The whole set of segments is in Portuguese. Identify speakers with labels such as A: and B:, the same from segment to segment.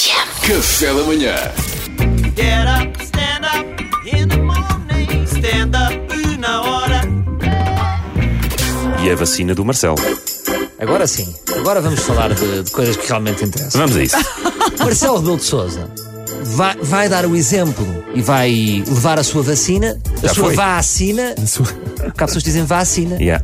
A: Café da manhã.
B: Get up, stand up in the morning. Stand up na hora.
C: E a vacina do Marcelo.
D: Agora sim, agora vamos falar de, de coisas que realmente interessam.
C: Vamos a isso.
D: Marcelo Rebelo de Souza vai, vai dar o exemplo e vai levar a sua vacina, a
C: Já
D: sua
C: foi.
D: vacina, porque há pessoas que dizem vacina,
C: Yeah.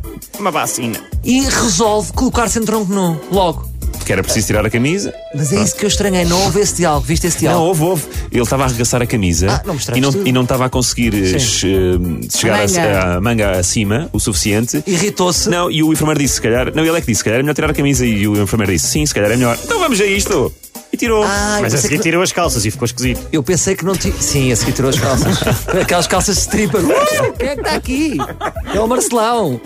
D: e resolve colocar-se em tronco nu, logo.
C: Porque era preciso tirar a camisa.
D: Mas é isso que eu estranhei, não houve esse diálogo, viste esse
C: Não,
D: diálogo?
C: houve, houve. Ele estava a arregaçar a camisa
D: Ah, não mostraste
C: e, não,
D: tudo.
C: e não estava a conseguir eh,
D: Sim.
C: eh, chegar à-
E: Manga.
C: à manga acima o suficiente.
D: Irritou-se.
C: Não, e o enfermeiro disse, se calhar. Não, ele é que disse, se calhar é melhor tirar a camisa. E o enfermeiro disse, sim, se calhar é melhor. Então vamos a isto. E tirou.
D: Ah,
F: Mas a
D: eu pensei,
F: seguir
D: que,
F: tirou as calças e ficou esquisito.
D: eu pensei que não tinha. Sim, a seguir tirou as calças. Aquelas calças de stripper. Uau, quem é que está aqui? É o Marcelão.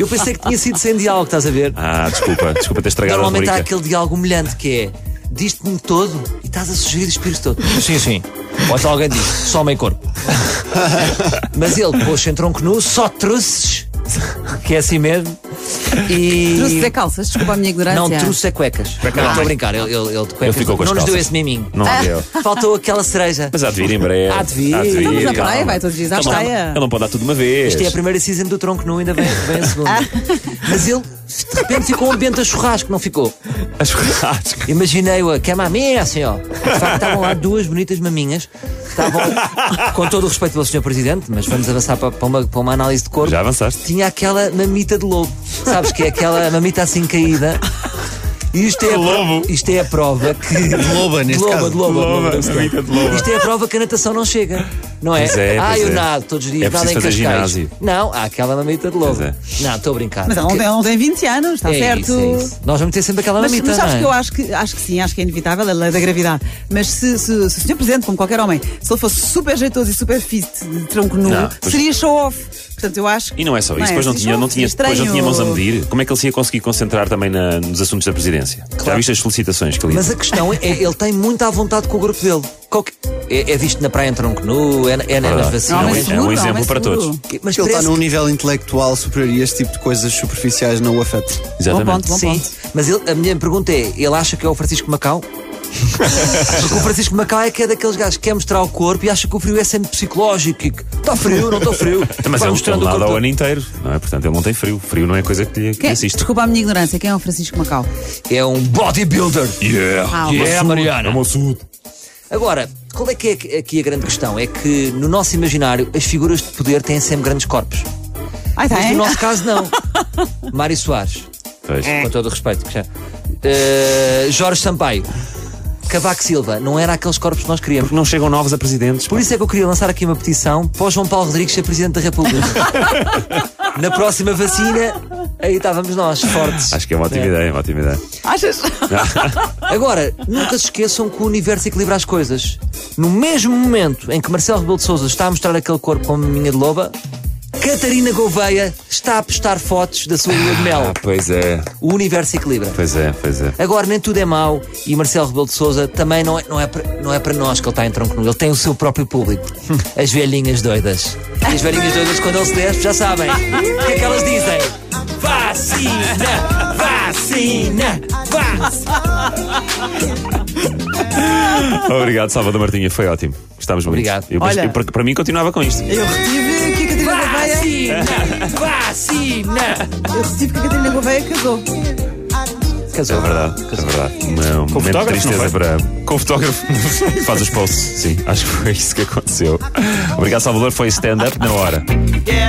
D: Eu pensei que tinha sido sem diálogo, estás a ver?
C: Ah, desculpa, desculpa ter estragado a
D: Normalmente há
C: rubrica.
D: aquele diálogo humilhante que é diz-te-me todo e estás a sugerir espíritos todo. Sim, sim. Ou então alguém diz, só meio corpo. Mas ele pôs-se em tronco nu, só truces, que é assim mesmo. E.
E: Trouxe a
G: é
E: calças, desculpa a minha ignorância.
D: Não, truce é cuecas. Não, estou a brincar, ele, ele, ele de cuecas.
C: ficou com as
D: não nos deu
C: calças.
D: esse miminho.
C: Não deu.
D: Faltou aquela cereja.
C: Mas há de vir em breve.
D: Há de vir.
E: Estamos na
C: calma.
E: praia, vai todos os dias à
C: Ele não-
E: praia.
C: Ele não pode dar tudo de uma vez.
D: Isto é a primeira season do tronco nu, ainda bem, bem a segunda. Mas ele, de repente, ficou um ambiente a churrasco, não ficou?
C: As churrasco.
D: Imaginei-o a que é maminha, assim, ó. De facto, estavam lá duas bonitas maminhas. Estavam, com todo o respeito pelo Sr. Presidente, mas vamos avançar para, para uma, para uma análise de corpo.
C: Já avançaste.
D: Tinha aquela mamita de lobo. Sabes que é aquela mamita assim caída. E isto é, a pro... isto é a prova que. De
F: loba, neste
D: de loba,
F: caso.
D: De loba, de loba,
C: Loba,
D: de loba.
C: mamita de loba.
D: Isto é a prova que a natação não chega. Não é?
C: Pois é,
D: ah,
C: pois
D: eu
C: é.
D: nado todos os dias,
C: É
D: nada em
C: preciso
D: Cascais.
C: fazer ginásio.
D: Não, há aquela mamita de lobo.
C: Pois é.
D: Não, estou a brincar.
G: Mas um- ela não
D: Que-
G: tem, ela não tem 20 anos, está
D: é
G: certo?
D: Isso, é isso. Nós vamos ter sempre aquela
G: Mas,
D: mamita.
G: mas sabes
D: não é?
G: que eu acho que, acho que sim, acho que é inevitável, a lei da gravidade. Mas se, se, se o senhor presidente, como qualquer homem, se ele fosse super jeitoso e super fit de tronco nu,
C: Não, Ah, pois-
G: seria show-off. Portanto, eu acho.
C: E não é só isso,
G: é?
C: depois não,
G: Seria
C: tinha, não
G: show-off,
C: tinha,
G: seria
C: depois não tinha
G: estranho.
C: mãos a medir. Como é que ele se ia conseguir concentrar também na- nos assuntos da presidência? Já viste as solicitações que ele ia
D: Mas a questão é, ele tem muita à vontade com o grupo dele. Qual que- É, é visto na praia em tronco nu, é, na- é
C: Verdade.
D: na- nas
C: É um-
D: vacinas.
C: é um
G: seguro,
C: exemplo
G: homem
C: para
G: seguro.
C: todos.
D: Mas
H: Ele está
D: parece
H: num nível intelectual superior e este tipo de coisas superficiais não o afeta.
G: Bom
C: Exatamente.
G: ponto, bom
D: Sim,
G: ponto.
D: mas ele- a minha pergunta é: ele acha que é o Francisco Macau? Porque o Francisco Macau é que é daqueles gajos que quer mostrar o corpo e acha que o frio é sempre psicológico. Está frio, não estou frio.
C: Mas é um
D: Vai
C: ele,
D: mostrando
C: ele
D: o
C: nada
D: corpo
C: o
D: todo.
C: ano inteiro, não é? Portanto, ele não tem frio. Frio não é coisa que lhe que
G: Quem-
C: lhe assiste.
G: desculpa a minha ignorância, quem é o Francisco Macau?
D: É um bodybuilder.
C: Yeah.
G: Ah,
D: Yeah, Mariana.
C: É uma saúde.
D: Agora, qual é que é aqui a grande questão? É que no nosso imaginário as figuras de poder têm sempre grandes corpos.
G: Ai, tá,
D: Mas
C: É?
G: hein?
D: no nosso caso, não. Mário Soares.
C: Pois.
G: É.
D: com todo o respeito. que já- Eh, Jorge Sampaio, Cavaco Silva, não era aqueles corpos que nós queríamos.
C: Não chegam novos a presidentes.
D: Por isso é que eu queria lançar aqui uma petição para o João Paulo Rodrigues ser Presidente da República. Na próxima vacina, aí estávamos nós, fortes. É.
C: Acho que é uma ótima ideia, é uma ótima ideia.
G: Achas?
D: Agora, nunca se esqueçam que o universo equilibra as coisas. No mesmo momento em que Marcelo Rebelo de Souza está a mostrar aquele corpo com a minha de loba, Catarina Gouveia está a postar fotos da sua lua de mel.
C: pois é,
D: O universo equilibra.
C: pois é, pois é.
D: Agora, nem tudo é mau e Marcelo Rebelo de Souza também não é, não, é para, não é para nós que ele está em tronco nu. Ele tem o seu próprio público. As velhinhas doidas. E as velhinhas doidas, quando ele se despe, já sabem. O que é que elas dizem? Vacina! Vacina! Vacina!
C: Obrigado, Salvador Martinha, foi ótimo. Gostámos muito.
D: Obrigado.
C: Eu,
G: Olha-
C: eu- para, para mim continuava com isto.
G: Eu retive que a Catarina Gouveia.
D: Vacina! Vacina!
G: Eu retive que a Catarina Gouveia casou.
D: Casou.
C: É verdade, é verdade. Uma, um momento de
F: fotógrafo,
C: tristeza
F: não foi?
C: para. Com o fotógrafo. Faz os posts. Sim, acho que foi isso que aconteceu. Obrigado, Salvador. Foi stand-up na hora.
B: Get